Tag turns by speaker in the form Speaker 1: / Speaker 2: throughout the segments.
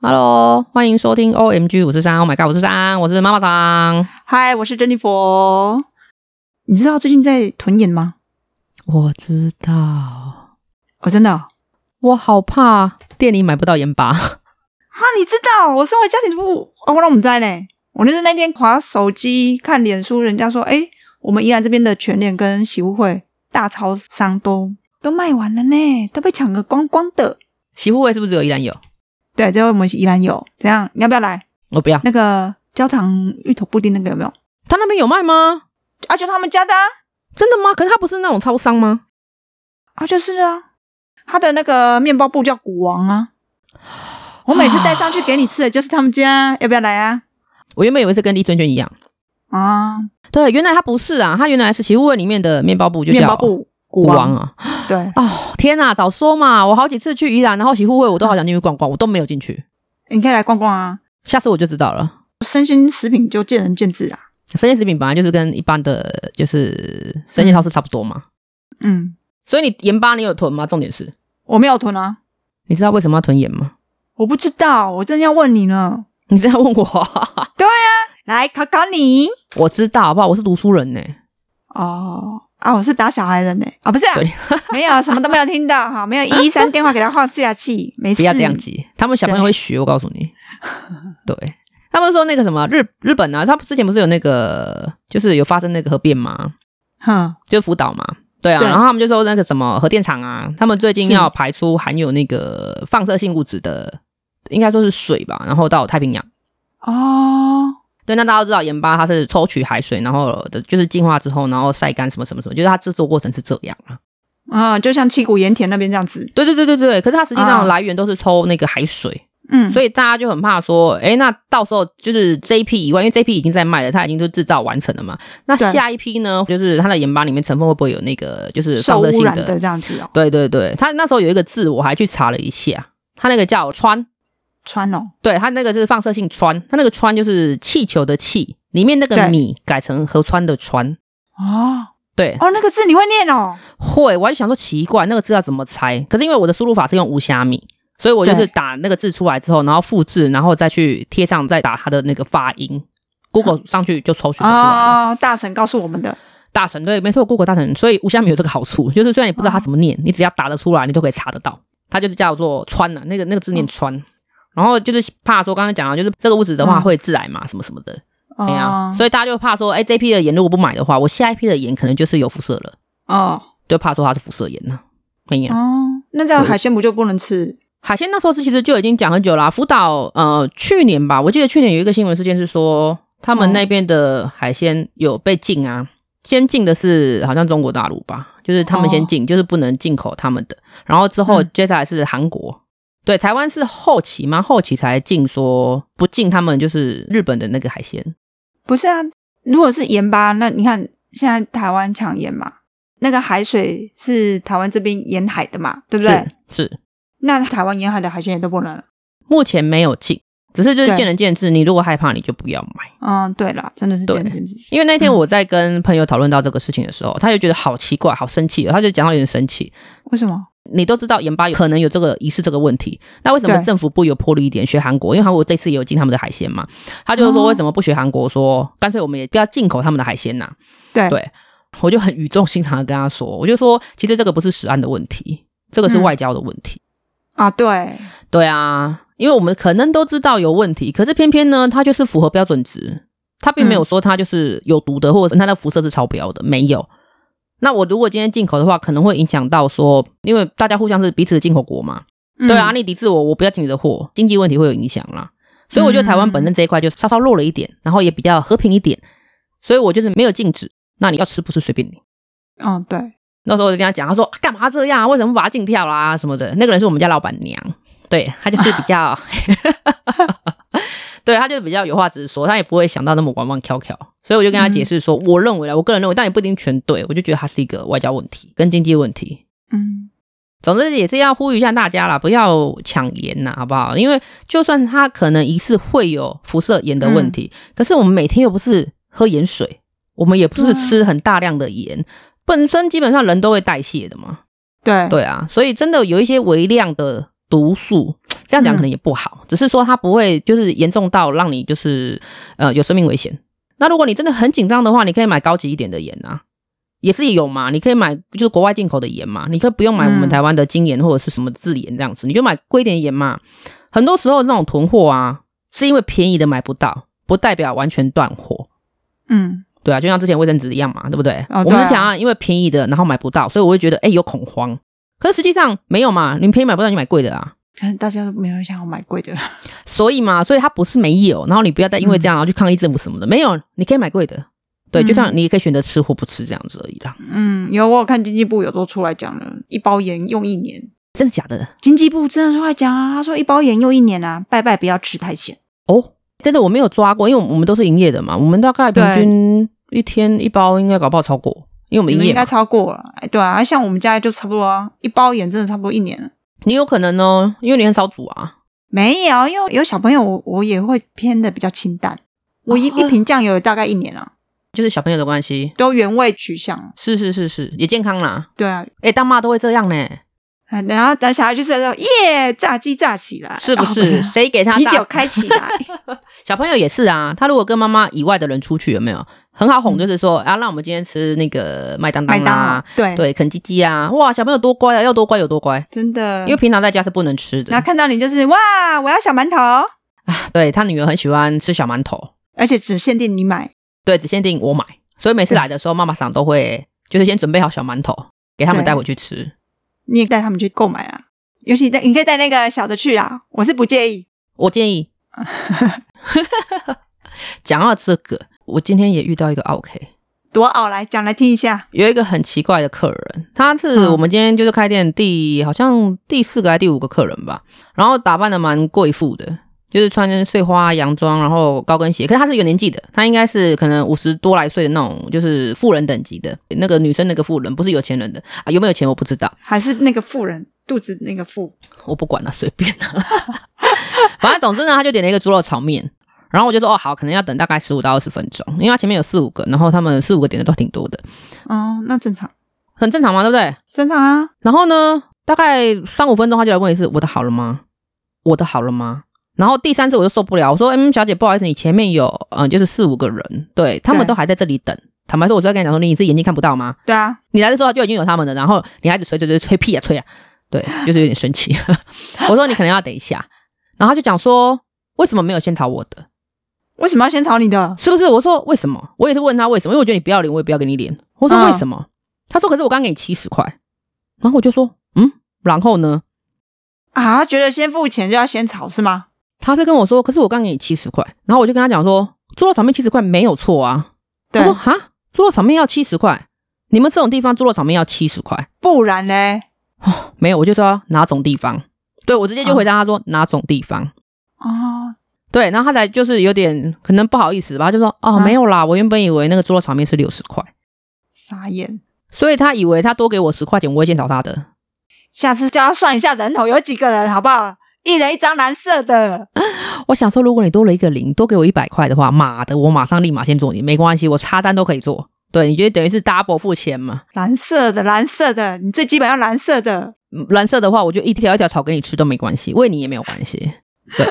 Speaker 1: Hello，欢迎收听 OMG 五十三，Oh my god，五十三，我是妈妈桑。
Speaker 2: 嗨，我是珍妮佛。你知道最近在囤演吗？
Speaker 1: 我知道，
Speaker 2: 哦，真的哦
Speaker 1: 我好怕店里买不到盐巴。
Speaker 2: 啊！你知道，我身为家庭主妇，哦，我让我们在嘞。我就是那天划手机看脸书，人家说，哎，我们宜兰这边的全联跟喜物会大超商都都卖完了呢，都被抢个光光的。
Speaker 1: 洗护卫是不是只有一兰有？
Speaker 2: 对，最后我们宜兰有怎样？你要不要来？
Speaker 1: 我不要，
Speaker 2: 那个焦糖芋头布丁那个有没有？
Speaker 1: 他那边有卖吗？
Speaker 2: 啊，就他们家的啊，
Speaker 1: 真的吗？可是他不是那种超商吗？
Speaker 2: 啊就是啊，他的那个面包布叫古王啊。我每次带上去给你吃的就是他们家，要不要来啊？
Speaker 1: 我原本以为是跟丽春娟一样，
Speaker 2: 啊，
Speaker 1: 对，原来他不是啊，他原来是洗护卫里面的面包部就叫
Speaker 2: 面包布
Speaker 1: 古
Speaker 2: 古
Speaker 1: 王啊。
Speaker 2: 对，
Speaker 1: 哦，天哪、早说嘛！我好几次去宜兰，然后洗护卫我都好想进去逛逛，我都没有进去。
Speaker 2: 你可以来逛逛啊。
Speaker 1: 下次我就知道了。
Speaker 2: 生鲜食品就见仁见智啊啦。
Speaker 1: 生鲜食品本来就是跟一般的就是生鲜超市差不多嘛，
Speaker 2: 嗯，
Speaker 1: 所以你盐巴你有囤吗？重点是，
Speaker 2: 我没有囤啊，
Speaker 1: 你知道为什么要囤盐吗？
Speaker 2: 我不知道，我正要问你呢。
Speaker 1: 你这样问我，啊
Speaker 2: 来考考你
Speaker 1: 我知道好不好？我是读书人呢、
Speaker 2: 哦啊，我是打小孩的呢啊，不是啊
Speaker 1: 对，
Speaker 2: 没有什么都没有听到哈，没有一一三电话给他放下去，没
Speaker 1: 不
Speaker 2: 事，
Speaker 1: 要这样急，他们小朋友会学，我告诉你。对，他们说那个什么日日本啊，他之前不是有那个就是有发生那个核变吗？
Speaker 2: 哼，
Speaker 1: 就是福岛嘛。对啊，
Speaker 2: 对
Speaker 1: 然后他们就说那个什么核电厂啊，他们最近
Speaker 2: 是
Speaker 1: 要排出含有那个放射性物质的，应该说是水吧，然后到太平洋。
Speaker 2: 哦，
Speaker 1: 对，那大家都知道盐巴它是抽取海水，然后的就是净化之后，然后晒干什么什么什么，就是它制作过程是这样啊。
Speaker 2: 啊，就像七股盐田那边这样子，
Speaker 1: 对对对对对，可是它实际上
Speaker 2: 啊
Speaker 1: 来源都是抽那个海水，
Speaker 2: 嗯，
Speaker 1: 所
Speaker 2: 以
Speaker 1: 以大家就很怕说，哎，那到时候就是这一批以外，因为这一批已经在卖了，它已经就制造完成了嘛。那
Speaker 2: 对
Speaker 1: 下一批呢，就是它的盐巴里面成分会不会有那个就是放
Speaker 2: 受
Speaker 1: 射
Speaker 2: 污
Speaker 1: 性
Speaker 2: 染
Speaker 1: 的？
Speaker 2: 这样子哦，
Speaker 1: 对对对，它那时候有一个字，我还去查了一下，它那个叫氚，
Speaker 2: 川哦，
Speaker 1: 对，它那个就是放射性氚，它那个氚就是气球的气，里面那个
Speaker 2: 对
Speaker 1: 米改成河川的川。
Speaker 2: 哦
Speaker 1: 对，
Speaker 2: 哦，那个字你会念哦，
Speaker 1: 会，我还想说奇怪，那个字要怎么猜？可是因为我的输入法是用无虾米，所以我就是
Speaker 2: 对
Speaker 1: 打那个字出来之后，然后复制，然后再去贴上，再打它的那个发音。Google 上去就抽取得出来了。
Speaker 2: 啊、大神告诉我们的，
Speaker 1: 大神对，没错，Google 大神。所以无虾米有这个好处，就是虽然你不知道它
Speaker 2: 哦
Speaker 1: 怎么念，你只要打得出来，你都可以查得到。它就是叫做川呐、那个那个字
Speaker 2: 哦
Speaker 1: 念川。然后就是怕说，刚刚讲了，就是这个物质的话
Speaker 2: 嗯
Speaker 1: 会致癌嘛，什么什么的，
Speaker 2: 哦、
Speaker 1: 哎呀、所以大家就怕说，哎，这批的盐如果不买的话，我下一批的盐可能就是有辐射了，
Speaker 2: 哦
Speaker 1: 就怕说它是辐射盐呢、哎呀、
Speaker 2: 哦，那这样海鲜不就不能吃？
Speaker 1: 海鲜那时候其实就已经讲很久啦、福岛呃，去年吧，我记得去年有一个新闻事件是说，他们
Speaker 2: 嗯
Speaker 1: 那边的海鲜有被禁啊，先禁的是好像中国大陆吧，就是他们先禁，就是不能进口他们的，然后之后
Speaker 2: 哦嗯
Speaker 1: 接下来是韩国，对，台湾是后期吗？后期才禁说不禁他们就是日本的那个海鲜，
Speaker 2: 不是啊，如果是盐巴，那你看现在台湾抢盐嘛，那个海水是台湾这边沿海的嘛，对不对？
Speaker 1: 是是，
Speaker 2: 那台湾沿海的海鲜也都不能了。
Speaker 1: 目前没有禁，只是就是
Speaker 2: 对
Speaker 1: 见仁见智，你如果害怕你就不要买。
Speaker 2: 嗯，对了，真的是这
Speaker 1: 对
Speaker 2: 样子。
Speaker 1: 因为那
Speaker 2: 嗯
Speaker 1: 天我在跟朋友讨论到这个事情的时候，他就觉得好奇怪，好生气哦，他就讲到有点生气。
Speaker 2: 为什么？
Speaker 1: 你都知道盐巴有可能有这个疑似这个问题，那为什么
Speaker 2: 对
Speaker 1: 政府不有魄力一点学韩国？因为韩国这次也有进他们的海鲜嘛，他就是说
Speaker 2: 哦
Speaker 1: 为什么不学韩国说，干脆我们也不要进口他们的海鲜呐、
Speaker 2: 对
Speaker 1: 对我就很语重心长的跟他说，我就说其实这个不是食安的问题，这个是
Speaker 2: 嗯
Speaker 1: 外交的问题。
Speaker 2: 啊，对，
Speaker 1: 对啊，因为我们可能都知道有问题，可是偏偏呢，它就是符合标准值，它并没有说它就是有毒的，或者它的辐射是超标的，没有。那我如果今天进口的话，可能会影响到说，因为大家互相是彼此的进口国嘛，
Speaker 2: 嗯
Speaker 1: 对啊，，你抵制我，我不要进你的货，经济问题会有影响啦。所以我觉得台湾本身这一块就稍稍弱了一点，然后也比较和平一点，所以我就是没有禁止。那你要吃不吃随便你。
Speaker 2: 嗯，对，
Speaker 1: 那时候我就跟他讲，他说啊干嘛这样啊？为什么把他禁掉啦、什么的？那个人是我们家老板娘，对他就是比较， 对他就是比较有话直说，他也不会想到那么弯弯翘翘。所以我就跟他解释说，我认为啊，我个人认为，但也不一定全对，我就觉得它是一个外交问题跟经济问题。
Speaker 2: 嗯，
Speaker 1: 总之也是要呼吁一下大家啦，不要抢盐呐，好不好？因为就算它可能疑似会有辐射盐的问题，可是我们每天又不是喝盐水，我们也不是
Speaker 2: 对啊
Speaker 1: 吃很大量的盐，本身基本上人都会代谢的嘛。
Speaker 2: 对，
Speaker 1: 对啊，所以真的有一些微量的毒素，这样讲
Speaker 2: 嗯
Speaker 1: 可能也不好，只是说它不会就是严重到让你就是呃有生命危险。那如果你真的很紧张的话，你可以买高级一点的盐啊，也是有嘛，你可以买就是国外进口的盐嘛，你可以不用买我们
Speaker 2: 嗯
Speaker 1: 台湾的精盐或者是什么自盐这样子，你就买贵一点的盐嘛。很多时候那种囤货啊，是因为便宜的买不到，不代表完全断货。
Speaker 2: 嗯，
Speaker 1: 对啊，就像之前卫生纸一样嘛，对不对？
Speaker 2: 哦
Speaker 1: 我
Speaker 2: 对
Speaker 1: 们
Speaker 2: 啊
Speaker 1: 是想要因为便宜的，然后买不到，所以我会觉得哎、有恐慌。可是实际上没有嘛，你便宜买不到，你买贵的啊。
Speaker 2: 可能大家都没有人想要买贵的了。
Speaker 1: 所以嘛，所以它不是没有，然后你不要再因为这样然后去抗议政府什么的，没有，你可以买贵的。对，
Speaker 2: 嗯
Speaker 1: 就像你也可以选择吃或不吃这样子而已啦。
Speaker 2: 嗯，有我有看经济部有都出来讲了，一包盐用一年。
Speaker 1: 真的假的？
Speaker 2: 经济部真的出来讲啊，他说一包盐用一年啊，拜拜不要吃太咸。
Speaker 1: 哦，但是我没有抓过，因为我们都是营业的嘛，我们大概平均一天一包应该搞不好超过，因为我们
Speaker 2: 你
Speaker 1: 营
Speaker 2: 们
Speaker 1: 业
Speaker 2: 应该
Speaker 1: 嘛。
Speaker 2: 超过了，哎，对啊，像我们家就差不多啊，一包盐真的差不多一年了。
Speaker 1: 你有可能呢，因为你很少煮啊。
Speaker 2: 没有，因为有小朋友我，我也会偏的比较清淡。我一、
Speaker 1: 哦
Speaker 2: 一瓶酱油也大概一年啊，
Speaker 1: 就是小朋友的关系，
Speaker 2: 都原味取向。
Speaker 1: 是是是是，也健康啦。
Speaker 2: 对啊，
Speaker 1: 哎、大妈都会这样呢、
Speaker 2: 哎然后等小孩去睡的时候，耶，炸鸡炸起来，
Speaker 1: 是不
Speaker 2: 哦
Speaker 1: 是？谁、给他
Speaker 2: 啤
Speaker 1: 大
Speaker 2: 酒开 起来，
Speaker 1: 小朋友也是啊，他如果跟妈妈以外的人出去，有没有很好哄？就是说、啊，让我们今天吃那个麦当当
Speaker 2: 嗯麦
Speaker 1: 啦、
Speaker 2: 当劳，对，
Speaker 1: 对，肯基基啊，哇，小朋友多乖啊，要多乖有多乖，
Speaker 2: 真的。
Speaker 1: 因为平常在家是不能吃
Speaker 2: 然
Speaker 1: 的
Speaker 2: 后。看到你就是哇，我要小馒头，
Speaker 1: 对他女儿很喜欢吃小馒头，
Speaker 2: 而且只限定你买，
Speaker 1: 对，只限定我买，所以每次来的时候，妈妈桑都会就是先准备好小馒头给他们
Speaker 2: 对
Speaker 1: 带回去吃。
Speaker 2: 你也带他们去购买啦。尤其带你可以带那个小的去啦，我是不介意。
Speaker 1: 我建 议，讲到这个，我今天也遇到一个 OK，
Speaker 2: 多熬来讲来听一下，
Speaker 1: 有一个很奇怪的客人，他是
Speaker 2: 嗯
Speaker 1: 我们今天就是开店第好像第四个还是第五个客人吧，然后打扮的蛮贵妇的，就是穿碎花洋装，然后高跟鞋。可是他是有年纪的，他应该是可能五十多来岁的那种，就是富人等级的那个女生，那个富人不是有钱人的啊，有没有钱我不知道，
Speaker 2: 还是那个富人肚子那个富，
Speaker 1: 我不管了，随便 了。反正总之呢，他就点了一个猪肉炒面，然后我就说哦好，可能要等大概十五到二十分钟，因为他前面有四五个，然后他们四五个点的都挺多的，
Speaker 2: 哦，那正常，
Speaker 1: 很正常嘛，对不对？
Speaker 2: 正常啊，
Speaker 1: 然后呢，大概三五分钟他就来问一次：“我的好了吗？我的好了吗？”然后第三次我就受不了，我说：“嗯，小姐，不好意思，你前面有嗯、呃就是四五个人，对他们
Speaker 2: 对
Speaker 1: 都还在这里等。坦白说，我是在跟你讲说，你自己眼睛看不到吗？
Speaker 2: 对啊，
Speaker 1: 你来的时候就已经有他们了，然后你还一直吹吹吹吹屁啊吹啊，对，就是有点生气。 我说你可能要等一下，然后他就讲说为什么没有先吵我的？
Speaker 2: 为什么要先吵你的？
Speaker 1: 是不是？我说为什么？我也是问他为什么，因为我觉得你不要脸，我也不要给你脸。我说
Speaker 2: 嗯
Speaker 1: 为什么？他说可是我刚给你七十块，然后我就说嗯，然后呢？
Speaker 2: 啊，他觉得先付钱就要先吵是吗？
Speaker 1: 他是跟我说，可是我刚给你七十块，然后我就跟他讲说，猪肉炒面七十块没有错啊。
Speaker 2: 对
Speaker 1: 他，说哈，猪肉炒面要七十块，你们这种地方猪肉炒面要七十块，
Speaker 2: 不然嘞，
Speaker 1: 没有，我就说哪种地方？对我直接就回答他说、
Speaker 2: 嗯
Speaker 1: 哪种地方。
Speaker 2: 哦，
Speaker 1: 对，然后他才就是有点可能不好意思吧，他就说哦、
Speaker 2: 嗯
Speaker 1: 没有啦，我原本以为那个猪肉炒面是六十块，
Speaker 2: 傻眼，
Speaker 1: 所以他以为他多给我十块钱，我会先找他的。
Speaker 2: 下次叫他算一下人头有几个人好不好？一人一张蓝色的，
Speaker 1: 我想说，如果你多了一个零，多给我一百块的话，妈的，我马上立马先做你，没关系，我插单都可以做。对，你觉得等于是 double 付钱嘛？
Speaker 2: 蓝色的，蓝色的，你最基本要蓝色的，
Speaker 1: 嗯蓝色的话，我就一条一条炒给你吃都没关系，喂你也没有关 系。对，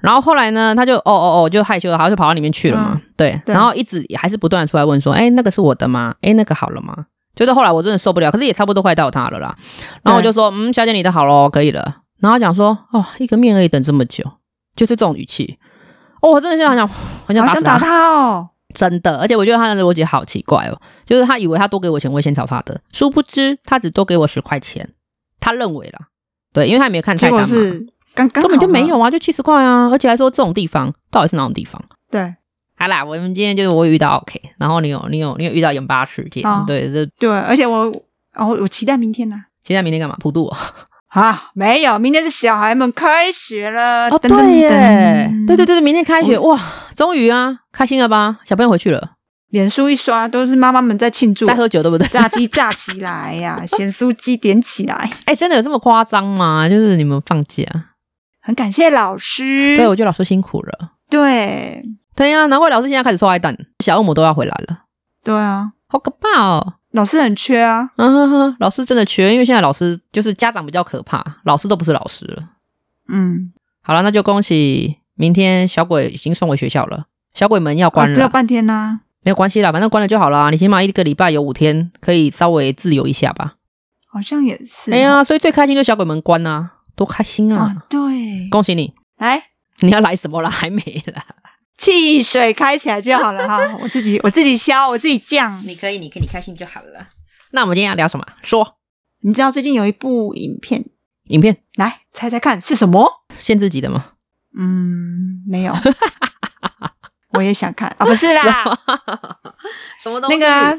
Speaker 1: 然后后来呢，他就哦哦哦，就害羞了，然后就跑到里面去了嘛。对，
Speaker 2: 嗯对
Speaker 1: 然后一直还是不断地出来问说，哎，那个是我的吗？哎，那个好了吗？就是后来我真的受不了，可是也差不多快到他了啦。然后我就说，嗯，小姐你的好咯，可以了。然后讲说，哦，一个面而已，等这么久，就是这种语气。哦，我真的是很想， 很想打
Speaker 2: 好想
Speaker 1: 死
Speaker 2: 打
Speaker 1: 他，
Speaker 2: 他哦，
Speaker 1: 真的。而且我觉得他的逻辑好奇怪哦，就是他以为他多给我钱，我会先找他的，殊不知他只多给我十块钱，他认为啦，对，因为他也没有看菜单
Speaker 2: 结果
Speaker 1: 嘛，
Speaker 2: 是刚刚
Speaker 1: 根本就
Speaker 2: 好
Speaker 1: 没
Speaker 2: 嘛
Speaker 1: 有，啊，就七十块啊，而且还说这种地方到底是哪种地方？
Speaker 2: 对
Speaker 1: 好啦，我们今天就是我有遇到 OK，然后你有你有你有遇到盐巴事件，
Speaker 2: 哦
Speaker 1: 对，这
Speaker 2: 对，而且我哦，我期待明天呐、
Speaker 1: 期待明天干嘛？普渡、哦？
Speaker 2: 啊，没有，明天是小孩们开学了，
Speaker 1: 哦，
Speaker 2: 噔噔
Speaker 1: 对耶，
Speaker 2: 噔
Speaker 1: 对对对，对，明天开
Speaker 2: 哦
Speaker 1: 学哇，终于啊，开心了吧？小朋友回去了，
Speaker 2: 脸书一刷都是妈妈们在庆祝
Speaker 1: 在，喝酒对不 对？
Speaker 2: 炸鸡炸起来呀、咸酥鸡点起来，
Speaker 1: 哎，真的有这么夸张吗？就是你们放假，
Speaker 2: 很感谢老师，
Speaker 1: 对我觉得老师辛苦了。
Speaker 2: 对
Speaker 1: 对呀、难怪老师现在开始收外蛋，小恶魔都要回来了，
Speaker 2: 对啊，
Speaker 1: 好可怕哦！
Speaker 2: 老师很缺啊，
Speaker 1: 嗯哼哼，老师真的缺，因为现在老师就是家长比较可怕，老师都不是老师了。
Speaker 2: 嗯，
Speaker 1: 好了，那就恭喜明天小鬼已经送回学校了，小鬼哦门要关
Speaker 2: 啊只
Speaker 1: 了，
Speaker 2: 有半天啦、
Speaker 1: 没有关系啦，反正关了就好啦。你起码一个礼拜有五天可以稍微自由一下吧。
Speaker 2: 好像也是。哦
Speaker 1: 哎呀，所以最开心就是小鬼门关啊，多开心啊！
Speaker 2: 啊，对，
Speaker 1: 恭喜你，
Speaker 2: 来
Speaker 1: 你要来什么啦？还没啦，
Speaker 2: 汽水开起来就好了哈，我自己我自己削，我自己酱。
Speaker 1: 你可以，你可以，你开心就好了。那我们今天要聊什么？说
Speaker 2: 你知道最近有一部影片，
Speaker 1: 影片
Speaker 2: 来猜猜看是什么？
Speaker 1: 限制级的吗？
Speaker 2: 嗯，没有。我也想看啊，不是啦，
Speaker 1: 什么东
Speaker 2: 那
Speaker 1: 西？
Speaker 2: 个啊、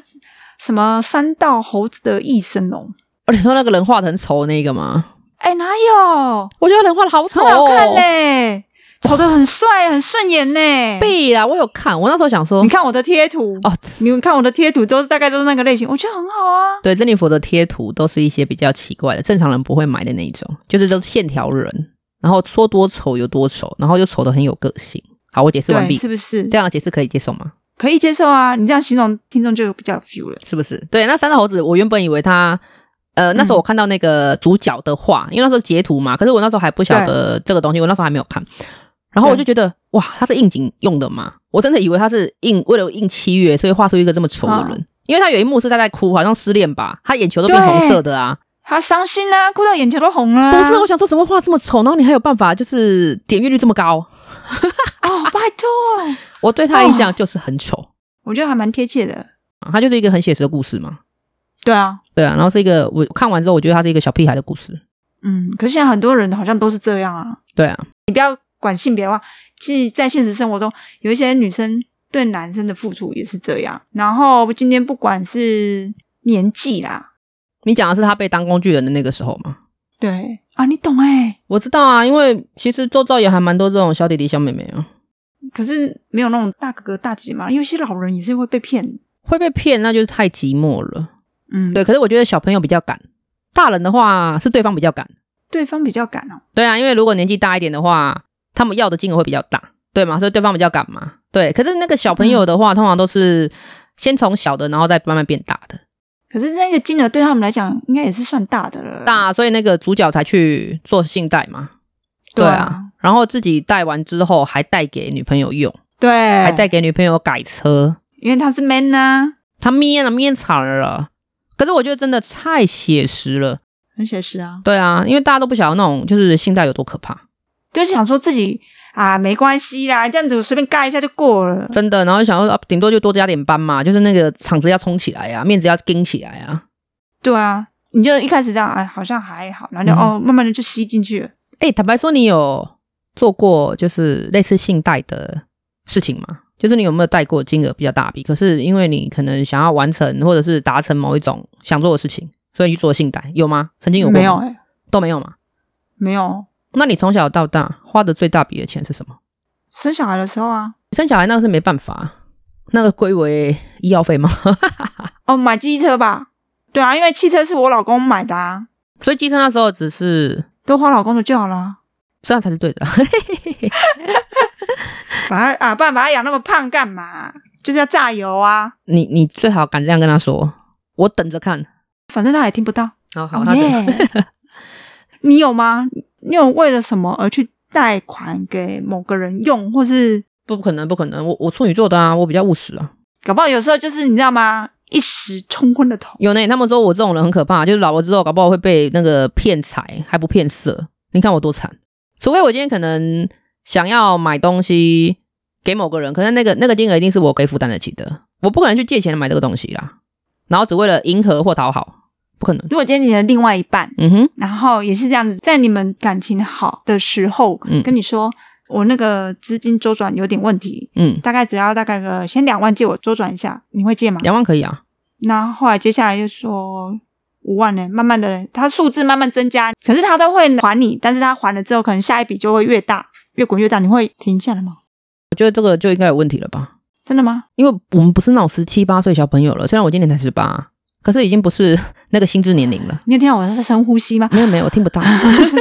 Speaker 2: 什么三道猴子的一生龙，
Speaker 1: 哦，你说那个人画的很丑那个吗？
Speaker 2: 哎，哪有？
Speaker 1: 我觉得人画的好丑、
Speaker 2: 很
Speaker 1: 哦，
Speaker 2: 好看嘞、丑的很帅，很顺眼呢、
Speaker 1: 背啦，我有看，我那时候想说
Speaker 2: 你，看我的贴图
Speaker 1: 哦，
Speaker 2: 你们看我的贴图都是大概都是那个类型，我觉得很好啊。
Speaker 1: 对，珍妮佛的贴图都是一些比较奇怪的，正常人不会买的那一种，就是都是线条人，然后说多丑有多丑，然后又丑的很有个性。好，我解释完
Speaker 2: 对，
Speaker 1: 毕，
Speaker 2: 是不是
Speaker 1: 这样的解释可以接受吗？
Speaker 2: 可以接受啊？你这样形容听众就比较有 feel 了。
Speaker 1: 是不是？对，那三道猴子，我原本以为他，呃，那时候我看到那个主角的画，因为那时候截图嘛，可是我那时候还不晓得这个东西，我那时候还没有看，然后我就觉得哇，他是应景用的嘛，我真的以为他是应为了应七月，所以画出一个这么丑的人，因为他有一幕是他在哭，好像失恋吧，他眼球都变红色的啊，
Speaker 2: 他伤心啊，哭到眼球都红了、
Speaker 1: 不是，我想说怎么画这么丑，然后你还有办法就是点阅率这么高，
Speaker 2: 哦，拜托，
Speaker 1: 我对他的印象就是很丑、
Speaker 2: 我觉得还蛮贴切的。
Speaker 1: 啊，他就是一个很写实的故事嘛，
Speaker 2: 对啊，
Speaker 1: 对啊，然后是一个我看完之后，我觉得他是一个小屁孩的故事，
Speaker 2: 嗯，可是现在很多人好像都是这样啊。
Speaker 1: 对啊。
Speaker 2: 管性别的话，即在现实生活中，有一些女生对男生的付出也是这样。然后今天不管是年纪啦，
Speaker 1: 你讲的是他被当工具人的那个时候吗？
Speaker 2: 对啊，你懂哎、
Speaker 1: 我知道啊，因为其实周遭也还蛮多这种小弟弟、小妹妹啊，
Speaker 2: 可是没有那种大哥哥大姐姐嘛，因为有些老人也是会被骗。
Speaker 1: 会被骗那就是太寂寞了。
Speaker 2: 嗯，
Speaker 1: 对，可是我觉得小朋友比较敢，大人的话是对方比较敢。
Speaker 2: 对方比较敢哦。
Speaker 1: 对啊，因为如果年纪大一点的话，他们要的金额会比较大，对吗？所以对方比较敢嘛。对，可是那个小朋友的话，通常都是先从小的，然后再慢慢变大的。
Speaker 2: 可是那个金额对他们来讲，应该也是算大的了。
Speaker 1: 大，所以那个主角才去做信贷嘛。
Speaker 2: 对
Speaker 1: 对啊，然后自己贷完之后，还贷给女朋友用，
Speaker 2: 对，
Speaker 1: 还贷给女朋友改车。
Speaker 2: 因为他是 man 啊呐、
Speaker 1: 他面了面惨了。可是我觉得真的太写实了，
Speaker 2: 很写实啊，
Speaker 1: 对啊，因为大家都不晓得那种就是信贷有多可怕，
Speaker 2: 就是想说自己啊没关系啦，这样子我随便盖一下就过了。
Speaker 1: 真的。然后就想说，啊顶多就多加点班嘛，就是那个场子要冲起来呀、啊面子要盯起来啊。
Speaker 2: 对啊，你就一开始这样，哎，好像还好，然后就、
Speaker 1: 嗯
Speaker 2: 哦，慢慢的就吸进去了。
Speaker 1: 哎，坦白说，你有做过就是类似信贷的事情吗？就是你有没有贷过金额比较大笔？可是因为你可能想要完成或者是达成某一种想做的事情，所以你去做信贷，有吗？曾经有过吗
Speaker 2: 没有、哎，
Speaker 1: 都没有嘛？
Speaker 2: 没有
Speaker 1: 那你从小到大花的最大笔的钱是什么？
Speaker 2: 生小孩的时候啊，
Speaker 1: 生小孩那个是没办法，那个归为医药费吗？
Speaker 2: 哦，买机车吧。对啊，因为汽车是我老公买的啊，
Speaker 1: 所以机车那时候只是
Speaker 2: 都花老公的就好了。
Speaker 1: 这样才是对的。
Speaker 2: 把他啊，不然把他养那么胖干嘛？就是要榨油啊，
Speaker 1: 你你最好敢这样跟他说，我等着看。哦
Speaker 2: 反正他也听不到。哦
Speaker 1: 好好，他等。
Speaker 2: 耶你有吗？你有为了什么而去贷款给某个人用，或是
Speaker 1: 不可能，不可能，我我处女座的啊，我比较务实啊。
Speaker 2: 搞不好有时候就是你知道吗？一时冲昏了头。
Speaker 1: 有呢，他们说我这种人很可怕，就是老了之后搞不好会被那个骗财，还不骗色。你看我多惨！除非我今天可能想要买东西给某个人，可是那个那个金额一定是我可以负担得起的，我不可能去借钱买这个东西啦。然后只为了迎合或讨好，不可能。
Speaker 2: 如果今天你的另外一半，
Speaker 1: 嗯哼，
Speaker 2: 然后也是这样子，在你们感情好的时候，
Speaker 1: 嗯
Speaker 2: 跟你说我那个资金周转有点问题，
Speaker 1: 嗯，
Speaker 2: 大概只要大概个先两万借我周转一下，你会借吗？
Speaker 1: 两万可以啊。
Speaker 2: 那后来接下来就说五万呢，慢慢的，他数字慢慢增加，可是他都会还你，但是他还了之后，可能下一笔就会越大，越滚越大，你会停下来吗？
Speaker 1: 我觉得这个就应该有问题了吧？
Speaker 2: 真的吗？
Speaker 1: 因为我们不是那种十七八岁小朋友了，虽然我今年才十八，可是已经不是那个心智年龄了。
Speaker 2: 你有听到我在深呼 吸吗？
Speaker 1: 没有没有，我听不到。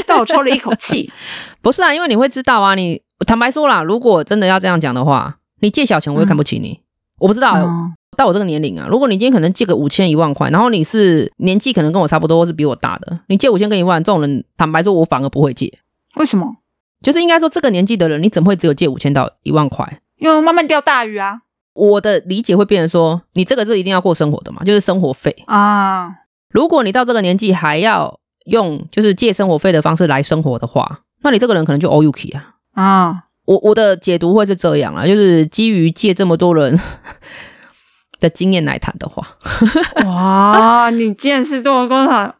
Speaker 2: 倒抽了一口气，
Speaker 1: 不是啊，因为你会知道啊，你坦白说啦，如果真的要这样讲的话，你借小钱我也看不起你。我不知道、
Speaker 2: 嗯
Speaker 1: 到我这个年龄啊，如果你今天可能借个五千一万块，然后你是年纪可能跟我差不多，或是比我大的，你借五千跟一万，这种人坦白说，我反而不会借。
Speaker 2: 为什么？
Speaker 1: 就是应该说，这个年纪的人，你怎么会只有借五千到一万块？
Speaker 2: 因为慢慢钓大鱼啊
Speaker 1: 我的理解会变成说，你这个是一定要过生活的嘛，就是生活费。
Speaker 2: 啊！
Speaker 1: 如果你到这个年纪还要用就是借生活费的方式来生活的话，那你这个人可能就 all you k 啊。
Speaker 2: 啊，
Speaker 1: 我我的解读会是这样啊，就是基于借这么多人 的经验来谈的话，
Speaker 2: 哇，你见识多多少？
Speaker 1: 嗯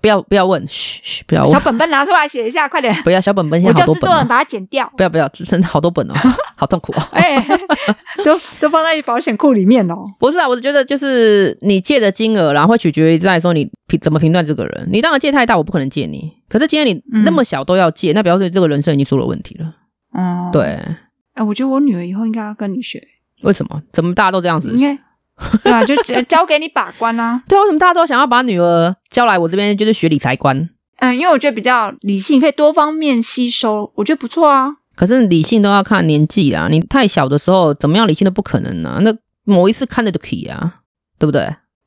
Speaker 1: 不要不要问，嘘嘘，不要
Speaker 2: 小
Speaker 1: 问，
Speaker 2: 本本拿出来写一下，快点！
Speaker 1: 不要小本本，
Speaker 2: 我
Speaker 1: 现在
Speaker 2: 叫
Speaker 1: 好多
Speaker 2: 制
Speaker 1: 本、
Speaker 2: 作人
Speaker 1: 哦，
Speaker 2: 把它剪掉。
Speaker 1: 不要不要，只剩好多本哦，好痛苦哦。
Speaker 2: 哎、都都放在保险库里面哦。
Speaker 1: 不是啊，我觉得就是你借的金额啦，然后会取决于在说你评怎么评断这个人。你当然借太大，我不可能借你。可是今天你
Speaker 2: 嗯
Speaker 1: 那么小都要借，那表示这个人生已经出了问题了。
Speaker 2: 哦，，
Speaker 1: 嗯对，
Speaker 2: 哎、我觉得我女儿以后应该要跟你学，
Speaker 1: 为什么？怎么大家都这样子
Speaker 2: 应？该对啊，就 交交给你把关啊。
Speaker 1: 对啊，为什么大家都想要把女儿交来我这边，就是学理财观？
Speaker 2: 嗯，因为我觉得比较理性，可以多方面吸收，我觉得不错啊。
Speaker 1: 可是理性都要看年纪啊，你太小的时候怎么样理性都不可能啊。那某一次看得就可以啊，对不对？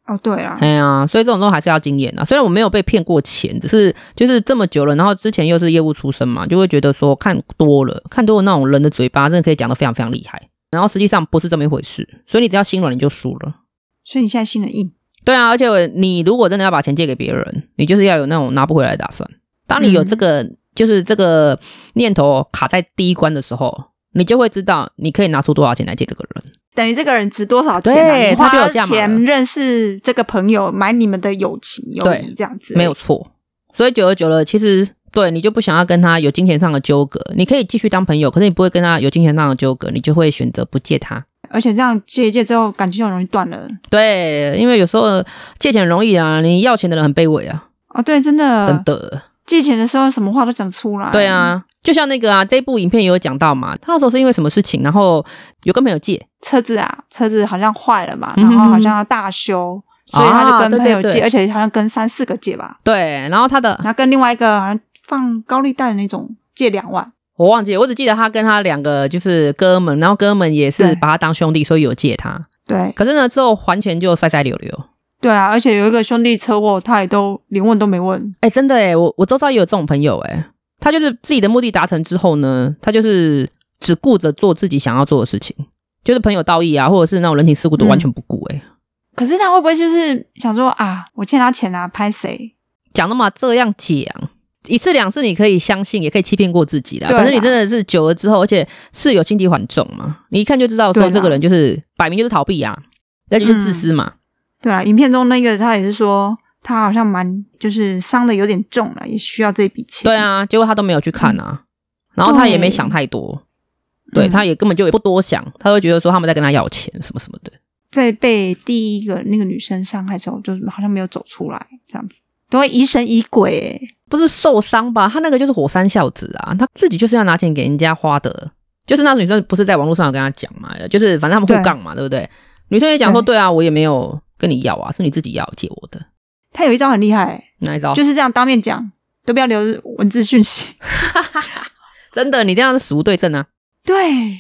Speaker 2: 哦，对啊，
Speaker 1: 哎呀，所以这种东西还是要经验啊。虽然我没有被骗过钱，只是就是这么久了，然后之前又是业务出身嘛，就会觉得说看多了，看多了那种人的嘴巴，真的可以讲得非常非常厉害。然后实际上不是这么一回事，所以你只要心软，你就输了。
Speaker 2: 所以你现在心很硬，
Speaker 1: 对啊，而且你如果真的要把钱借给别人，你就是要有那种拿不回来的打算。当你有这个、就是这个念头卡在第一关的时候，你就会知道你可以拿出多少钱来借这个人。
Speaker 2: 等于这个人值多少钱、啊？
Speaker 1: 对
Speaker 2: 你
Speaker 1: 他就有
Speaker 2: 花
Speaker 1: 价码
Speaker 2: 钱
Speaker 1: 了
Speaker 2: 认识这个朋友，买你们的友情友
Speaker 1: 对
Speaker 2: 谊这样子，
Speaker 1: 没有错。所以久而久了，其实对你就不想要跟他有金钱上的纠葛，你可以继续当朋友，可是你不会跟他有金钱上的纠葛，你就会选择不借他。
Speaker 2: 而且这样借一借之后，感情就很容易断了。
Speaker 1: 对，因为有时候借钱很容易啊，你要钱的人很卑微啊，
Speaker 2: 哦，对，真的，
Speaker 1: 真的。
Speaker 2: 借钱的时候什么话都讲出来。
Speaker 1: 对，啊，
Speaker 2: 哎
Speaker 1: 就像那个啊，这部影片也有讲到嘛，他那时候是因为什么事情，然后有跟朋友借，
Speaker 2: 车子啊，车子好像坏了嘛，
Speaker 1: 嗯
Speaker 2: 然后好像要大修，所以他就
Speaker 1: 啊对
Speaker 2: 跟朋友
Speaker 1: 对啊
Speaker 2: 借，
Speaker 1: 对
Speaker 2: 而且好像跟三四个借吧，
Speaker 1: 对，然后他的
Speaker 2: 然后跟另外一个好像放高利贷的那种借两万。
Speaker 1: 我忘记了，我只记得他跟他两个就是哥们，然后哥们也
Speaker 2: 对
Speaker 1: 是把他当兄弟，所以有借他。
Speaker 2: 对
Speaker 1: 可是呢，之后还钱就塞塞溜溜。
Speaker 2: 对啊，而且有一个兄弟车祸，他也都连问都没问。
Speaker 1: 哎、真的哎，我我周遭也有这种朋友哎，他就是自己的目的达成之后呢，他就是只顾着做自己想要做的事情，就是朋友道义啊，或者是那种人情世故都
Speaker 2: 嗯
Speaker 1: 完全不顾哎。
Speaker 2: 可是他会不会就是想说啊，我欠他钱啊，拍谁？
Speaker 1: 讲那么这样讲，一次两次你可以相信，也可以欺骗过自己啦。
Speaker 2: 对啦
Speaker 1: 可是你真的是久了之后，而且是有轻敌缓重嘛，你一看就知道
Speaker 2: 对
Speaker 1: 说
Speaker 2: 啦
Speaker 1: 这个人就是摆明就是逃避啊，那就是自私嘛。
Speaker 2: 对啊，影片中那个他也是说，他好像蛮就是伤的有点重了，也需要这笔钱。
Speaker 1: 对，啊，结果他都没有去看啊，然后他也没想太多，对，
Speaker 2: 嗯
Speaker 1: 他也根本就也不多想，他会觉得说他们在跟他要钱什么什么的。
Speaker 2: 在被第一个那个女生伤害之后，就是好像没有走出来，这样子都会疑神疑鬼、欸。
Speaker 1: 不是受伤吧？他那个就是火山孝子啊，他自己就是要拿钱给人家花的。就是那个女生不是在网络上有跟他讲嘛，就是反正他们
Speaker 2: 对
Speaker 1: 互杠嘛，对不对？女生也讲说，
Speaker 2: 对
Speaker 1: 对啊，我也没有跟你要啊，是你自己要借我的。
Speaker 2: 他有一招很厉害、欸，
Speaker 1: 那一招？
Speaker 2: 就是这样当面讲，都不要留文字讯息。
Speaker 1: 真的，你这样是死无对证啊！
Speaker 2: 对，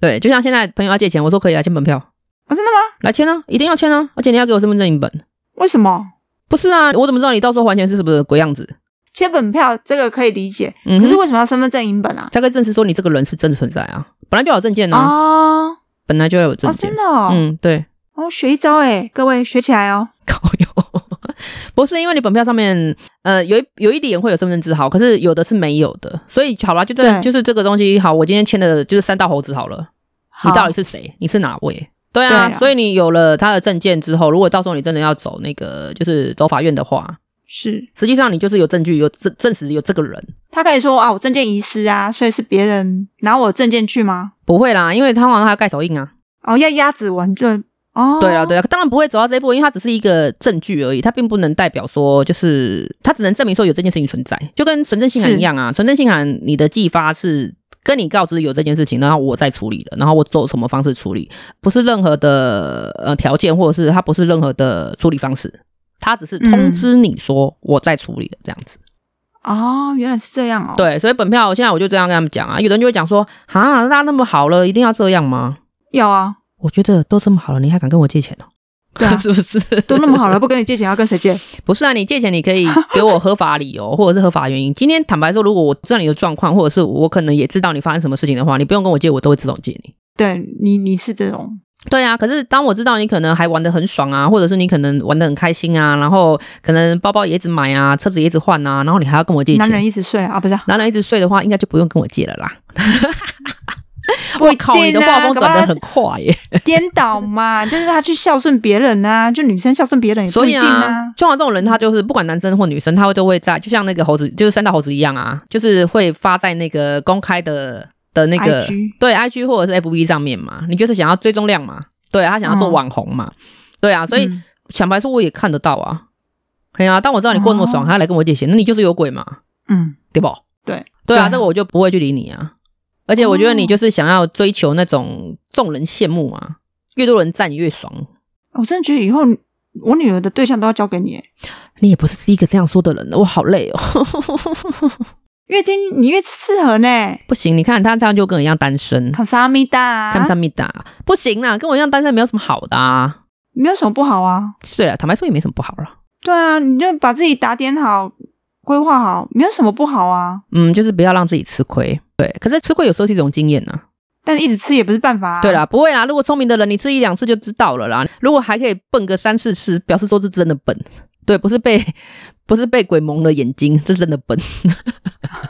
Speaker 1: 对，就像现在朋友要借钱，我说可以啊，签本票
Speaker 2: 哦，真的吗？
Speaker 1: 来签啊，一定要签啊，而且你要给我身份证影本。
Speaker 2: 为什么？
Speaker 1: 不是啊，我怎么知道你到时候还钱是什么鬼样子？
Speaker 2: 切本票这个可以理解，
Speaker 1: 嗯
Speaker 2: 可
Speaker 1: 哼，
Speaker 2: 是为什么要身份证影本啊？
Speaker 1: 才可以证实说你这个人是真的存在啊，本来就有证件啊，
Speaker 2: 哦
Speaker 1: 本来就要有证
Speaker 2: 哦，
Speaker 1: 件。
Speaker 2: 真的哦，
Speaker 1: 嗯，对。
Speaker 2: 哦，学一招哎、各位学起来哦。
Speaker 1: 搞有，不是因为你本票上面呃有一有一点会有身份证字号，可是有的是没有的，所以好啦，就这
Speaker 2: 对
Speaker 1: 就是这个东西。好，我今天签的就是三道猴子好了，
Speaker 2: 好
Speaker 1: 你到底是谁？你是哪位？对啊，
Speaker 2: 对啊
Speaker 1: 所以你有了他的证件之后，如果到时候你真的要走那个就是走法院的话，
Speaker 2: 是
Speaker 1: 实际上你就是有证据，有证证实有这个人。
Speaker 2: 他可以说啊，我证件遗失啊，所以是别人拿我证件去吗？
Speaker 1: 不会啦，因为他好像还要盖手印啊。
Speaker 2: 哦，要压指纹就哦，
Speaker 1: 对啊，对啊，当然不会走到这一步，因为它只是一个证据而已，它并不能代表说就是它只能证明说有这件事情存在，就跟存证信函
Speaker 2: 是
Speaker 1: 一样啊。存证信函你的寄发是跟你告知有这件事情，然后我再处理了，然后我走什么方式处理，不是任何的呃条件，或者是它不是任何的处理方式，它只是通知你说我在处理了这样子。
Speaker 2: 哦，原来是这样哦。
Speaker 1: 嗯对，所以本票现在我就这样跟他们讲啊，有的人就会讲说，哈，那那么好了，一定要这样吗？
Speaker 2: 要啊，
Speaker 1: 我觉得都这么好了，你还敢跟我借钱哦？
Speaker 2: 对 啊
Speaker 1: 是不是？
Speaker 2: 都那么好了，不跟你借钱，要跟谁借？
Speaker 1: 不是啊，你借钱你可以 给我合法理由，或者是合法原因。今天坦白说，如果我知道你的状况，或者是我可能也知道你发生什么事情的话，你不用跟我借，我都会自动借你。
Speaker 2: 对你，你是这种，
Speaker 1: 对啊，可是当我知道你可能还玩的很爽啊，或者是你可能玩的很开心啊，然后可能包包也一直买啊，车子也一直换啊，然后你还要跟我借钱，
Speaker 2: 男人一直睡啊，不是啊、
Speaker 1: 男人一直睡的话，应该就不用跟我借了啦。
Speaker 2: 不一
Speaker 1: 靠，你
Speaker 2: 定
Speaker 1: 的画
Speaker 2: 啊，
Speaker 1: 风
Speaker 2: 搞不
Speaker 1: 转
Speaker 2: 好
Speaker 1: 得很快耶！
Speaker 2: 他 颠倒嘛，就是他去孝顺别人啊，就女生孝顺别人也不
Speaker 1: 所
Speaker 2: 一
Speaker 1: 以
Speaker 2: 定
Speaker 1: 啊，通常这种人他就是不管男生或女生，他会都会在，就像那个猴子，就是三道猴子一样啊，就是会发在那个公开的的那个
Speaker 2: IG
Speaker 1: 对 IG 或者是 FB 上面嘛，你就是想要追踪量嘛，对、啊、他想要做
Speaker 2: 嗯
Speaker 1: 网红嘛，对啊，所以
Speaker 2: 嗯
Speaker 1: 坦白说我也看得到啊，对啊，当我知道你过那么爽，
Speaker 2: 哦
Speaker 1: 还要来跟我借钱，那你就是有鬼嘛，
Speaker 2: 嗯，
Speaker 1: 对不？
Speaker 2: 对
Speaker 1: 对啊，
Speaker 2: 对
Speaker 1: 这个我就不会去理你啊。而且我觉得你
Speaker 2: 哦
Speaker 1: 就是想要追求那种众人羡慕啊，越多人赞你越爽。
Speaker 2: 哦我真的觉得以后我女儿的对象都要交给你耶，
Speaker 1: 你也不是第一个这样说的人，我好累哦。
Speaker 2: 越听你越适合呢。
Speaker 1: 不行，你看他这样就跟我一样单身，
Speaker 2: 卡萨米达，
Speaker 1: 看不上密达，不行啦，跟我一样单身没有什么好的啊。
Speaker 2: 没有什么不好啊。
Speaker 1: 对了，坦白说也没什么不好啦。
Speaker 2: 对啊，你就把自己打点好，规划好，没有什么不好啊。
Speaker 1: 嗯，就是不要让自己吃亏。对，可是吃亏有时候是一种经验呐、啊
Speaker 2: 但是一直吃也不是办法、啊。
Speaker 1: 对，啦，不会啦，如果聪明的人，你吃一两次就知道了啦。如果还可以笨个三四次，表示说是真的笨。对，不是被 不是被鬼蒙了眼睛，这是真的笨。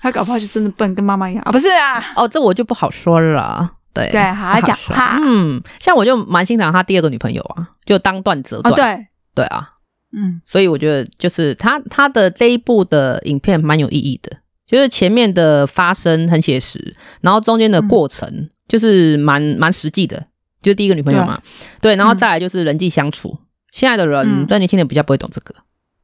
Speaker 2: 他搞不好就真的笨，跟妈妈一样啊，不是啊？
Speaker 1: 哦，这我就不好说了啦。对
Speaker 2: 对好好
Speaker 1: 不
Speaker 2: 讲
Speaker 1: 说
Speaker 2: 哈
Speaker 1: 嗯，像我就蛮欣赏他第二个女朋友啊，就当断则
Speaker 2: 哦，
Speaker 1: 断。
Speaker 2: 对，
Speaker 1: 对啊，
Speaker 2: 嗯，
Speaker 1: 所以我觉得就是他他的这一部的影片蛮有意义的，就是前面的发生很写实，然后中间的
Speaker 2: 嗯
Speaker 1: 过程就是蛮蛮实际的，就是第一个女朋友嘛，对，然后再来就是人际相处。现在的人，
Speaker 2: 啊嗯
Speaker 1: 在年轻人比较不会懂这个，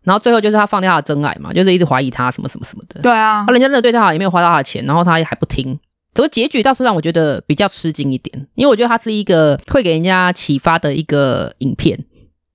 Speaker 1: 然后最后就是他放掉他的真爱嘛，就是一直怀疑他什么什么什么的。
Speaker 2: 对啊
Speaker 1: 他，人家真的对他好，也没有花到他的钱，然后他也还不听。可是结局倒是让我觉得比较吃惊一点，因为我觉得他是一个会给人家启发的一个影片。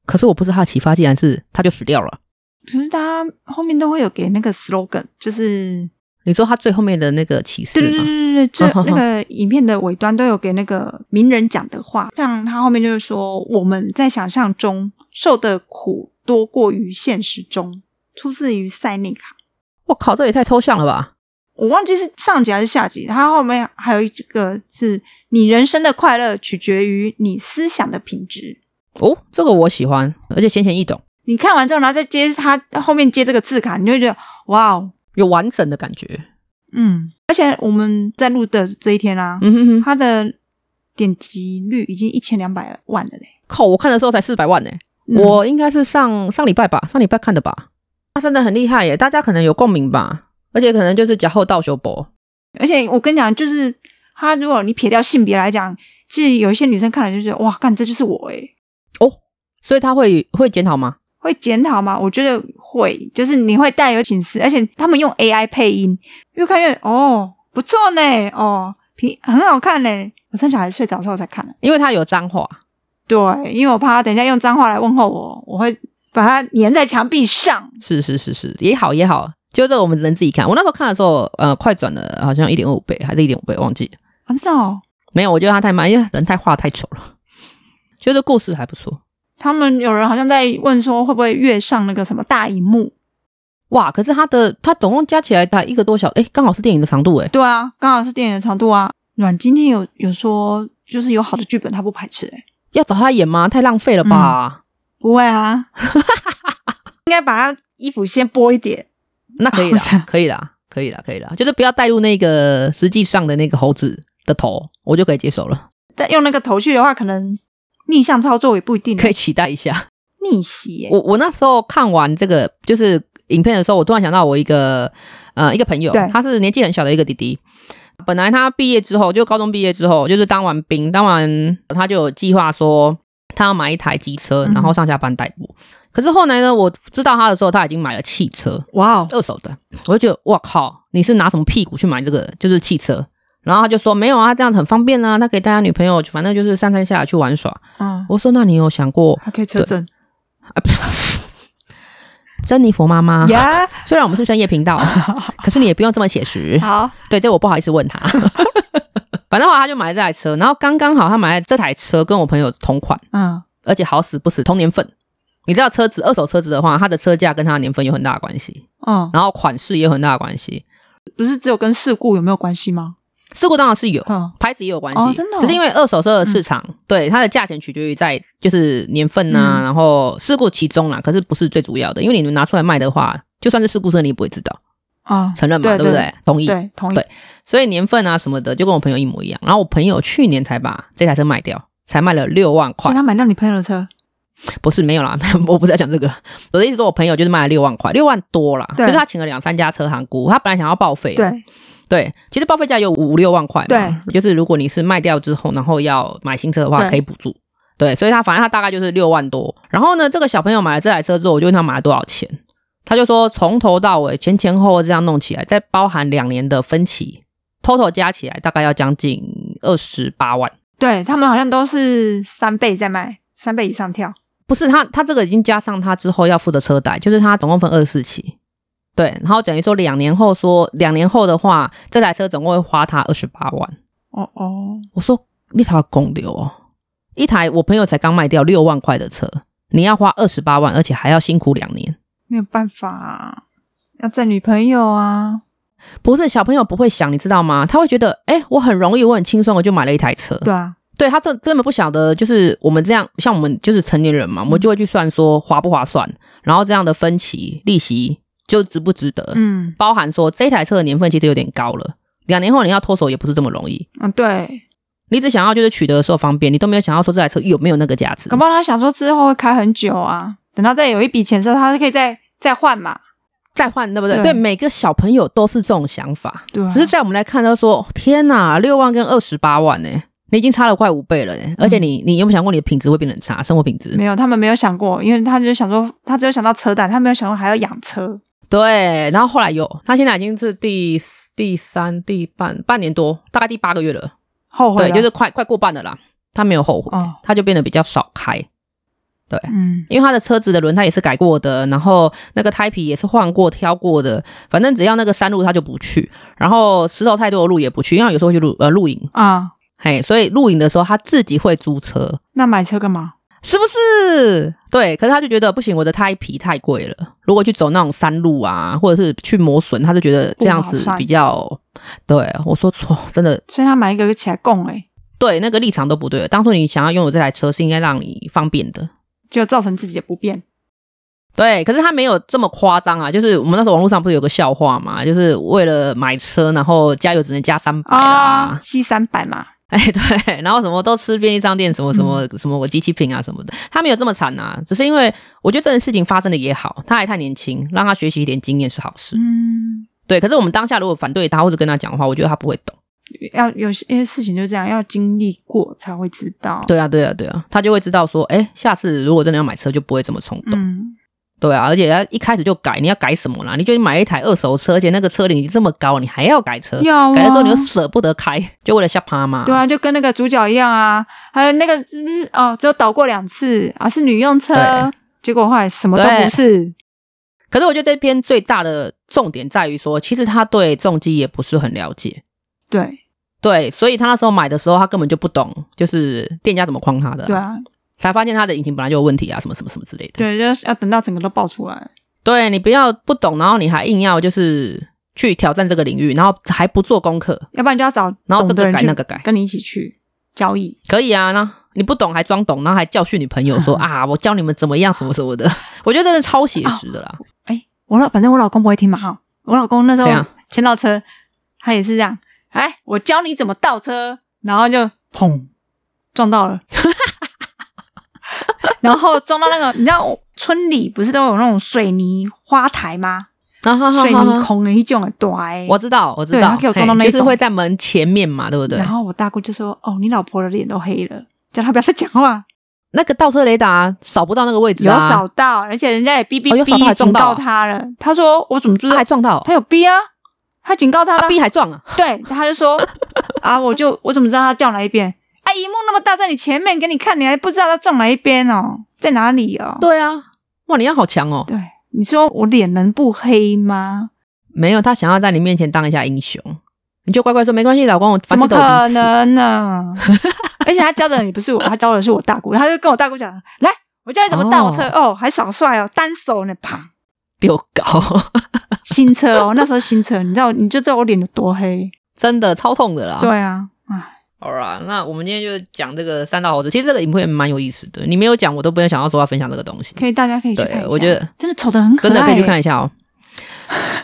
Speaker 1: 可是我不知道他的启发竟然是他就死掉了。
Speaker 2: 可是他后面都会有给那个 slogan，就是
Speaker 1: 你说他最后面的那个启示
Speaker 2: 对对对
Speaker 1: 吗？
Speaker 2: 对对，最
Speaker 1: 嗯哼哼
Speaker 2: 那个影片的尾端都有给那个名人讲的话，像他后面就是说，我们在想象中受的苦多过于现实中，出自于塞内卡。
Speaker 1: 我靠，这也太抽象了吧！
Speaker 2: 我忘记是上集还是下集，它后面还有一个是你人生的快乐取决于你思想的品质。
Speaker 1: 哦，这个我喜欢，而且浅显易懂，
Speaker 2: 你看完之后，然后再接它后面接这个字卡，你就会觉得哇哦，
Speaker 1: 有完整的感觉。
Speaker 2: 嗯。而且我们在录的这一天啊，
Speaker 1: 嗯哼哼，
Speaker 2: 它的点击率已经一千两百万了嘞。
Speaker 1: 靠！我看的时候才四百万呢、
Speaker 2: 嗯
Speaker 1: 我应该是上上礼拜吧，上礼拜看的吧。他真的很厉害耶，大家可能有共鸣吧，而且可能就是假后道修博。
Speaker 2: 而且我跟你讲，就是他，如果你撇掉性别来讲，其实有一些女生看了就觉得哇，干这就是我诶，
Speaker 1: 所以他会会检讨吗？
Speaker 2: 会检讨吗？我觉得会，就是你会带有警示，而且他们用 AI 配音，越看越哦不错呢，哦平很好看呢。我趁小孩睡着的时候才看的，
Speaker 1: 因为他有脏话，
Speaker 2: 对，因为我怕他等一下用脏话来问候我，我会把它粘在墙壁上。
Speaker 1: 是是是是，也好也好，就这个我们只能自己看。我那时候看的时候，呃，快转了，好像一点五倍还是一点五倍，忘记了。
Speaker 2: 啊，真的哦，
Speaker 1: 没有，我觉得他太慢，因为人太画太丑了。觉得故事还不错，
Speaker 2: 他们有人好像在问说会不会跃上那个什么大荧幕？
Speaker 1: 哇！可是他的他总共加起来才一个多小，哎，刚好是电影的长度，哎，
Speaker 2: 对啊，刚好是电影的长度啊。阮今天有有说，就是有好的剧本他不排斥、欸，
Speaker 1: 要找他演吗？太浪费了吧？
Speaker 2: 不会 啊，应该把他衣服先剥一点。
Speaker 1: 那可以啦
Speaker 2: 我想，
Speaker 1: 可以啦，可以啦，可以啦，就是不要带入那个实际上的那个猴子的头，我就可以接受了，
Speaker 2: 但用那个头绪的话，可能逆向操作也不一定
Speaker 1: 可以期待一下。
Speaker 2: 逆袭、欸耶。
Speaker 1: 我我那时候看完这个就是影片的时候，我突然想到我一个呃一个朋友
Speaker 2: 对，
Speaker 1: 他是年纪很小的一个弟弟。本来他毕业之后，就高中毕业之后，就是当完兵，当完他就有计划说他要买一台机车，
Speaker 2: 嗯
Speaker 1: 然后上下班代步。可是后来呢，我知道他的时候，他已经买了汽车，
Speaker 2: 哇哦，
Speaker 1: 二手的，我就觉得哇靠，你是拿什么屁股去买这个就是汽车？然后他就说没有啊，这样子很方便啊，他可以带他女朋友，反正就是上山下海去玩耍。
Speaker 2: 嗯，
Speaker 1: 我说那你有想过
Speaker 2: 还可以车震
Speaker 1: 啊，不是珍妮佛妈妈。
Speaker 2: 呀。
Speaker 1: 虽然我们嗯 是深夜频道，可是你也不用这么写实。
Speaker 2: 好，
Speaker 1: 对，这我不好意思问他。 反正后来他就买了这台车，然后刚刚好他买了这台车跟我朋友同款，
Speaker 2: 嗯，
Speaker 1: 而且好死不死同年份。你知道车子二手车子的话，它的车价跟它的年份有很大的关系，
Speaker 2: 哦，
Speaker 1: 然后款式也有很大的关系。
Speaker 2: 不是只有跟事故有没有关系吗？
Speaker 1: 事故当然是有，
Speaker 2: 嗯，
Speaker 1: 牌子也有关系，
Speaker 2: 哦真的哦
Speaker 1: 只是因为二手车的市场、对它的价钱取决于在就是年份呐、
Speaker 2: 嗯
Speaker 1: 然后事故其中啦，可是不是最主要的，因为你们拿出来卖的话，就算是事故车你也不会知道，
Speaker 2: 啊，
Speaker 1: 承认嘛，
Speaker 2: 对
Speaker 1: 不对？同意。
Speaker 2: 对，同意
Speaker 1: 对，所以年份啊什么的，就跟我朋友一模一样。然后我朋友去年才把这台车卖掉，才卖了六万
Speaker 2: 所
Speaker 1: 块
Speaker 2: 以，他买到你朋友的车，
Speaker 1: 不是没有啦， 我不是要讲这个，我的意思说我朋友就是卖了六万块，六万多啦，就
Speaker 2: 对
Speaker 1: 是他请了两三家车行估，他本来想要报废，
Speaker 2: 对，
Speaker 1: 对，其实报废价有五六万块，
Speaker 2: 对，
Speaker 1: 就是如果你是卖掉之后，然后要买新车的话，
Speaker 2: 对
Speaker 1: 可以补助。对，所以他反正他大概就是六万多。然后呢，这个小朋友买了这台车之后，我就问他买了多少钱，他就说从头到尾前前后后这样弄起来，再包含两年的分期，total 加起来大概要将近二十八万。
Speaker 2: 对他们好像都是三倍在卖，三倍以上跳，
Speaker 1: 不是他，他这个已经加上他之后要付的车贷，就是他总共分二十四期。对，然后等于说两年后说两年后的话，这台车总共会花他二十八万。
Speaker 2: 哦哦，
Speaker 1: 我说你台公流哦，一台我朋友才刚卖掉六万块的车，你要花二十八万，而且还要辛苦两年。
Speaker 2: 没有办法、啊，要挣女朋友啊，
Speaker 1: 不是小朋友不会想，你知道吗？他会觉得，哎、我很容易，我很轻松的就买了一台车。
Speaker 2: 对啊，
Speaker 1: 对他这根本不晓得，就是我们这样，像我们就是成年人嘛，
Speaker 2: 嗯
Speaker 1: 我们就会去算说划不划算，然后这样的分期利息就值不值得，
Speaker 2: 嗯
Speaker 1: 包含说这台车的年份其实有点高了，两年后你要脱手也不是这么容易。
Speaker 2: 嗯，对，
Speaker 1: 你只想要就是取得的时候方便，你都没有想要说这台车有没有那个价值
Speaker 2: 搞。不好他想说之后会开很久啊，等到再有一笔钱之后，他可以再再换嘛，
Speaker 1: 再换，对不对？对，
Speaker 2: 对
Speaker 1: 每个小朋友都是这种想法。
Speaker 2: 对啊
Speaker 1: 只是在我们来看，他说：“天哪，六万跟二十八万呢、你已经差了快五倍了、欸，而且你，你有没有想过你的品质会变得很差，生活品质
Speaker 2: 嗯没？有，他们没有想过，因为他就想说，他只有想到车贷，他没有想过还要养车，
Speaker 1: 对。然后后来有，他现在已经是第四第三、第半半年多，大概第八个月了，
Speaker 2: 后悔
Speaker 1: 对，
Speaker 2: 了
Speaker 1: 就是快快过半了啦。他没有后悔，
Speaker 2: 哦，
Speaker 1: 他就变得比较少开，对。
Speaker 2: 嗯，
Speaker 1: 因为他的车子的轮胎也是改过的，然后那个胎皮也是换过、挑过的，反正只要那个山路他就不去，然后石头太多的路也不去，因为他有时候会去露呃露营，
Speaker 2: 啊，
Speaker 1: 嘿，所以露营的时候他自己会租车，
Speaker 2: 那买车干嘛？
Speaker 1: 是不是？对，可是他就觉得不行，我的胎皮太贵了，如果去走那种山路啊，或者是去磨损，他就觉得这样
Speaker 2: 不
Speaker 1: 子
Speaker 2: 划算
Speaker 1: 比较。对，我说错，真的
Speaker 2: 所以他买一个起来供哎、
Speaker 1: 对那个立场都不对了。当初你想要拥有这台车是应该让你方便的，
Speaker 2: 就造成自己的不便。
Speaker 1: 对，可是他没有这么夸张啊，就是我们那时候网络上不是有个笑话嘛，就是为了买车，然后加油只能加三百
Speaker 2: 啊，
Speaker 1: 啦，
Speaker 2: 七三百嘛，
Speaker 1: 哎、对，然后什么都吃便利商店，什么什
Speaker 2: 嗯
Speaker 1: 么什么我机器品啊什么的，他没有这么惨啊，只是因为我觉得这件事情发生的也好，他还太年轻，让他学习一点经验是好事，
Speaker 2: 嗯，
Speaker 1: 对。可是我们当下如果反对他或者跟他讲话，我觉得他不会懂，
Speaker 2: 要有些事情就这样，要经历过才会知道。，
Speaker 1: 对啊，对啊，对啊，他就会知道说，哎，下次如果真的要买车，就不会这么冲动。
Speaker 2: 嗯，
Speaker 1: 对啊，而且他一开始就改，你要改什么啦？你就买一台二手车，而且那个车龄已经这么高，你还要改车？
Speaker 2: 要啊
Speaker 1: 改了之后你又舍不得开，就为了吓趴嘛。
Speaker 2: 对啊，就跟那个主角一样啊，还有那个嗯哦，只有倒过两次啊，是女用车
Speaker 1: 对，
Speaker 2: 结果后来什么都
Speaker 1: 对
Speaker 2: 不是。
Speaker 1: 可是我觉得这篇最大的重点在于说，其实他对重机也不是很了解，
Speaker 2: 对
Speaker 1: 对，所以他那时候买的时候，他根本就不懂，就是店家怎么框他的、
Speaker 2: 对，啊，
Speaker 1: 才发现他的引擎本来就有问题啊，什么什么什么之类的。
Speaker 2: 对，就是要等到整个都爆出来。
Speaker 1: 对你不要不懂，然后你还硬要就是去挑战这个领域，然后还不做功课，
Speaker 2: 要不然就要找
Speaker 1: 然后
Speaker 2: 懂
Speaker 1: 这
Speaker 2: 的
Speaker 1: 个
Speaker 2: 人
Speaker 1: 改
Speaker 2: 去
Speaker 1: 那个改。
Speaker 2: 跟你一起去交易。
Speaker 1: 可以啊，那你不懂还装懂，然后还教训你朋友 说啊，我教你们怎么样什么什么的，我觉得真的超写实的啦。
Speaker 2: 哎，我老反正我老公不会听嘛哈，我老公那时候
Speaker 1: 怎样
Speaker 2: 签到车，他也是这样，哎，我教你怎么倒车，然后就砰撞到了， 然后撞到那个，你知道村里不是都有那种水泥花台吗？
Speaker 1: 啊哈哈
Speaker 2: 哦水
Speaker 1: 哈
Speaker 2: 泥孔的一种的大欸的
Speaker 1: 我知道，我知
Speaker 2: 对
Speaker 1: 道
Speaker 2: 他，给我装
Speaker 1: 嘿
Speaker 2: 到那一
Speaker 1: 就是
Speaker 2: 种
Speaker 1: 会在门前面嘛，对不对
Speaker 2: 然？后我大姑就说：“哦，你老婆的脸都黑了，叫她不要再讲话。
Speaker 1: 那个倒车雷达扫不到那个位置
Speaker 2: 有
Speaker 1: 啊，
Speaker 2: 扫到，而且人家也哔哔
Speaker 1: 哦有扫到还撞
Speaker 2: 哔警
Speaker 1: 到啊
Speaker 2: 告她了。她说：“我怎么知
Speaker 1: 啊
Speaker 2: 道
Speaker 1: 还？撞到，
Speaker 2: 她有逼啊，她警告她了
Speaker 1: 啊。”逼还撞啊，
Speaker 2: 对，他就说啊，我就我怎么知道他撞哪一边？啊，荧幕那么大，在你前面给你看，你还不知道他撞哪一边哦，在哪里哦？
Speaker 1: 对啊，哇，你要好强哦。
Speaker 2: 对，你说我脸能不黑吗？
Speaker 1: 没有，他想要在你面前当一下英雄，你就乖乖说没关系，老公，我
Speaker 2: 怎么
Speaker 1: 拔刺
Speaker 2: 可
Speaker 1: 都有鼻
Speaker 2: 能呢？而且他教的人也不是我，他教的是我大姑，他就跟我大姑讲：“来，我教你怎么倒车哦还爽帅哦，单手呢，啪，
Speaker 1: 子 丢高，
Speaker 2: 新车哦，那时候新车，你知道，你就知道我脸有多黑。
Speaker 1: 真的超痛的啦。
Speaker 2: 对啊，唉，
Speaker 1: 好啦，那我们今天就讲这个三道猴子，其实这个影片蛮有意思的，你没有讲，我都不会想要说要分享这个东西。
Speaker 2: 可以，大家可以去
Speaker 1: 对
Speaker 2: 看一下。
Speaker 1: 我觉得
Speaker 2: 真的丑的很可爱
Speaker 1: 真
Speaker 2: 耶，
Speaker 1: 的可以去看一下哦。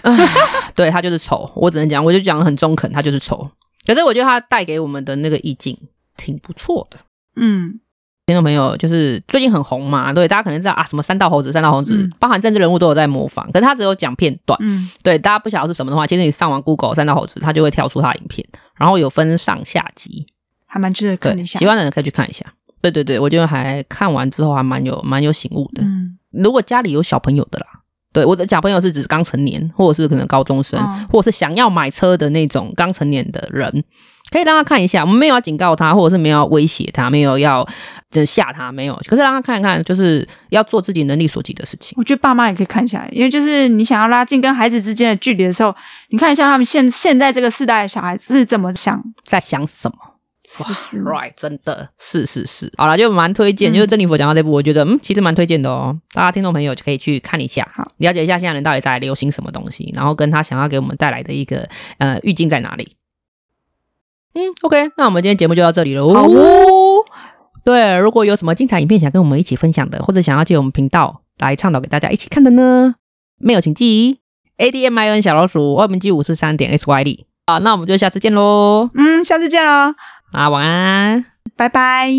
Speaker 1: 唉 对他就是丑，我只能讲，我就讲的很中肯，他就是丑。可是我觉得他带给我们的那个意境挺不错的。
Speaker 2: 嗯，
Speaker 1: 听众朋友，就是最近很红嘛，对大家可能知道啊，什么三道猴子、三道猴子，
Speaker 2: 嗯
Speaker 1: 包含政治人物都有在模仿，可是他只有讲片段。
Speaker 2: 嗯
Speaker 1: 对，大家不晓得是什么的话，其实你上完 Google 三道猴子，它就会跳出他的影片，然后有分上下集。
Speaker 2: 还蛮值得看
Speaker 1: 对，
Speaker 2: 一下
Speaker 1: 喜。欢的人可以去看一下。对对对，我觉得还看完之后还蛮有蛮有醒悟的。
Speaker 2: 嗯，
Speaker 1: 如果家里有小朋友的啦，对我的小朋友是指刚成年，或者是可能高中生，
Speaker 2: 嗯
Speaker 1: 或者是想要买车的那种刚成年的人，可以让他看一下。我们没有要警告他，或者是没有要威胁他，没有要呃吓他，没有，可是让他看一看，就是要做自己能力所及的事情。
Speaker 2: 我觉得爸妈也可以看一下，因为就是你想要拉近跟孩子之间的距离的时候，你看一下他们现现在这个世代的小孩子是怎么想，
Speaker 1: 在想什么
Speaker 2: 是不是？
Speaker 1: ？Right，真的是是是。好了，就蛮推荐，
Speaker 2: 嗯
Speaker 1: 就是珍妮佛讲到这部，我觉得嗯，其实蛮推荐的哦。大家听众朋友就可以去看一下
Speaker 2: 好，
Speaker 1: 了解一下现在人到底在流行什么东西，然后跟他想要给我们带来的一个呃预境在哪里。嗯，OK，那我们今天节目就到这里喽。
Speaker 2: 好哦，
Speaker 1: 对，如果有什么精彩影片想跟我们一起分享的，或者想要借我们频道来倡导给大家一起看的呢，没有请记 A D M I N 小老鼠外面 G 五四三点 X Y D。好，那我们就下次见喽，
Speaker 2: 嗯，下次见喽，
Speaker 1: 啊，晚安。
Speaker 2: 拜拜。